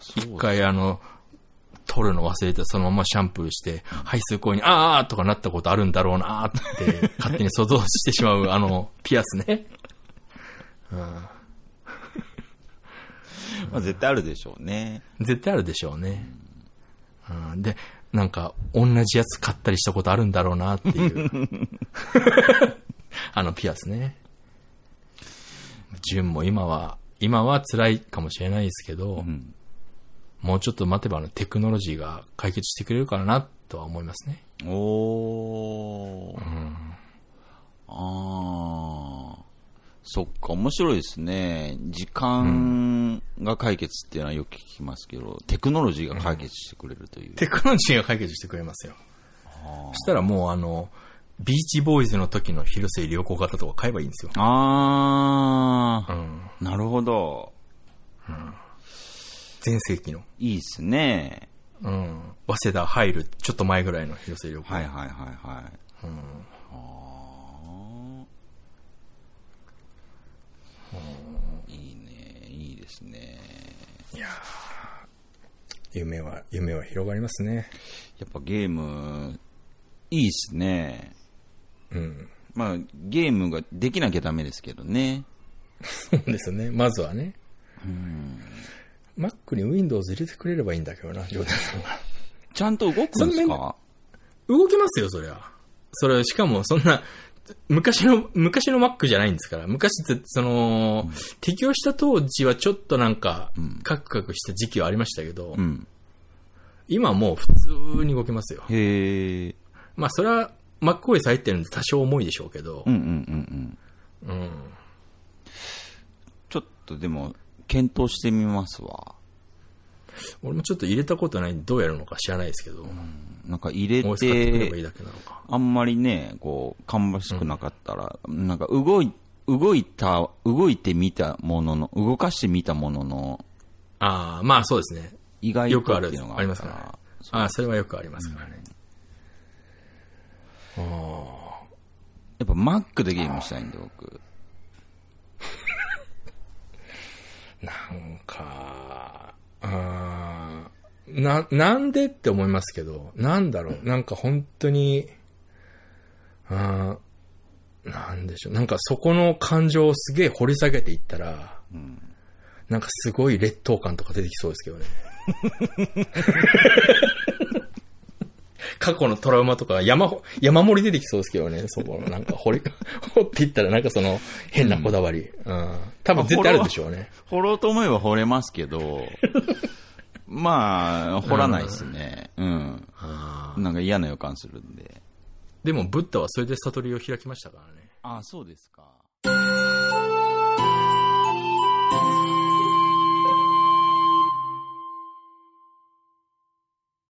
Speaker 2: そう
Speaker 1: 一回、あの、取るの忘れて、そのままシャンプーして、排水口に、あーとかなったことあるんだろうなーって、勝手に想像してしまう、あの、ピアスね。
Speaker 2: まあ絶対あるでしょうね。
Speaker 1: 絶対あるでしょうね。うん、で、なんか、同じやつ買ったりしたことあるんだろうなって いう。あのピアスね。ジュンも今は、今は辛いかもしれないですけど、
Speaker 2: ん
Speaker 1: もうちょっと待てばあのテクノロジーが解決してくれるからなとは思いますね。
Speaker 2: おー。あー。そっか、面白いですね。時間が解決っていうのはよく聞きますけど、テクノロジーが解決してくれるという。
Speaker 1: テクノロジーが解決してくれますよ。そしたらもうあの、ビーチボーイズの時の広末良子型とか買えばいいんですよ。
Speaker 2: あ
Speaker 1: う
Speaker 2: ー、
Speaker 1: ん。
Speaker 2: なるほど。
Speaker 1: 前世紀の。
Speaker 2: いいですね。
Speaker 1: うん。早稲田入るちょっと前ぐらいの広末良子。
Speaker 2: はいはいはいはい。うん。あーいいね、いいですね。
Speaker 1: 夢は、夢は広がりますね。
Speaker 2: やっぱゲーム、いいですね。
Speaker 1: うん。
Speaker 2: まあ、ゲームができなきゃダメですけどね。
Speaker 1: そうですね。まずはね。うん。Mac に Windows 入れてくれればいいんだけど な、ジョーダンさんが。
Speaker 2: ちゃんと動くんです
Speaker 1: そん
Speaker 2: か
Speaker 1: 動きますよ、そりゃ。それ、しかも、そんな、昔の、昔の Mac じゃないんですから。昔って、その、適用した当時はちょっとなんか、カクカクした時期はありましたけど、
Speaker 2: うん。
Speaker 1: 今はもう普通に動きますよ。
Speaker 2: へえ。
Speaker 1: まあ、それは MacOS 入ってるんで多少重いでしょうけど
Speaker 2: うんう、んうんうん。
Speaker 1: うん。
Speaker 2: ちょっとでも、検討してみますわ。
Speaker 1: 俺もちょっと入れたことないんでどうやるのか知らないですけど、も
Speaker 2: なんか入れ
Speaker 1: う使ってみればいい
Speaker 2: て、
Speaker 1: だけなのか。
Speaker 2: あんまりね、こう、芳しくなかったら、なんか動い、動いた、動いてみたものの、動かしてみたものの、
Speaker 1: ああ、まあそうですね。
Speaker 2: 意外と
Speaker 1: よくあ
Speaker 2: って
Speaker 1: る
Speaker 2: いうのが
Speaker 1: あり
Speaker 2: る
Speaker 1: ます
Speaker 2: か
Speaker 1: かららね。ああ、それはよくありますからね。
Speaker 2: やっぱ Mac でゲームしたいんで、僕。
Speaker 1: なんか、あーな、なんでって思いますけど、なんだろう、なんか本当に、あーなんでしょう、なんかそこの感情をすげえ掘り下げていったら、なんかすごい劣等感とか出てきそうですけどね。過去のトラウマとか山ほ、山盛り出てきそうですけどね、そこの、なんか掘り、掘っていったらなんかその変なこだわり。うん。多分絶対あるでしょうね。
Speaker 2: 掘ろうと思えば掘れますけ ど、まあ、掘らないですね。うん。なんか嫌な予感するんで。
Speaker 1: でも、ブッダはそれで悟りを開きましたからね。
Speaker 2: あ、そうですか。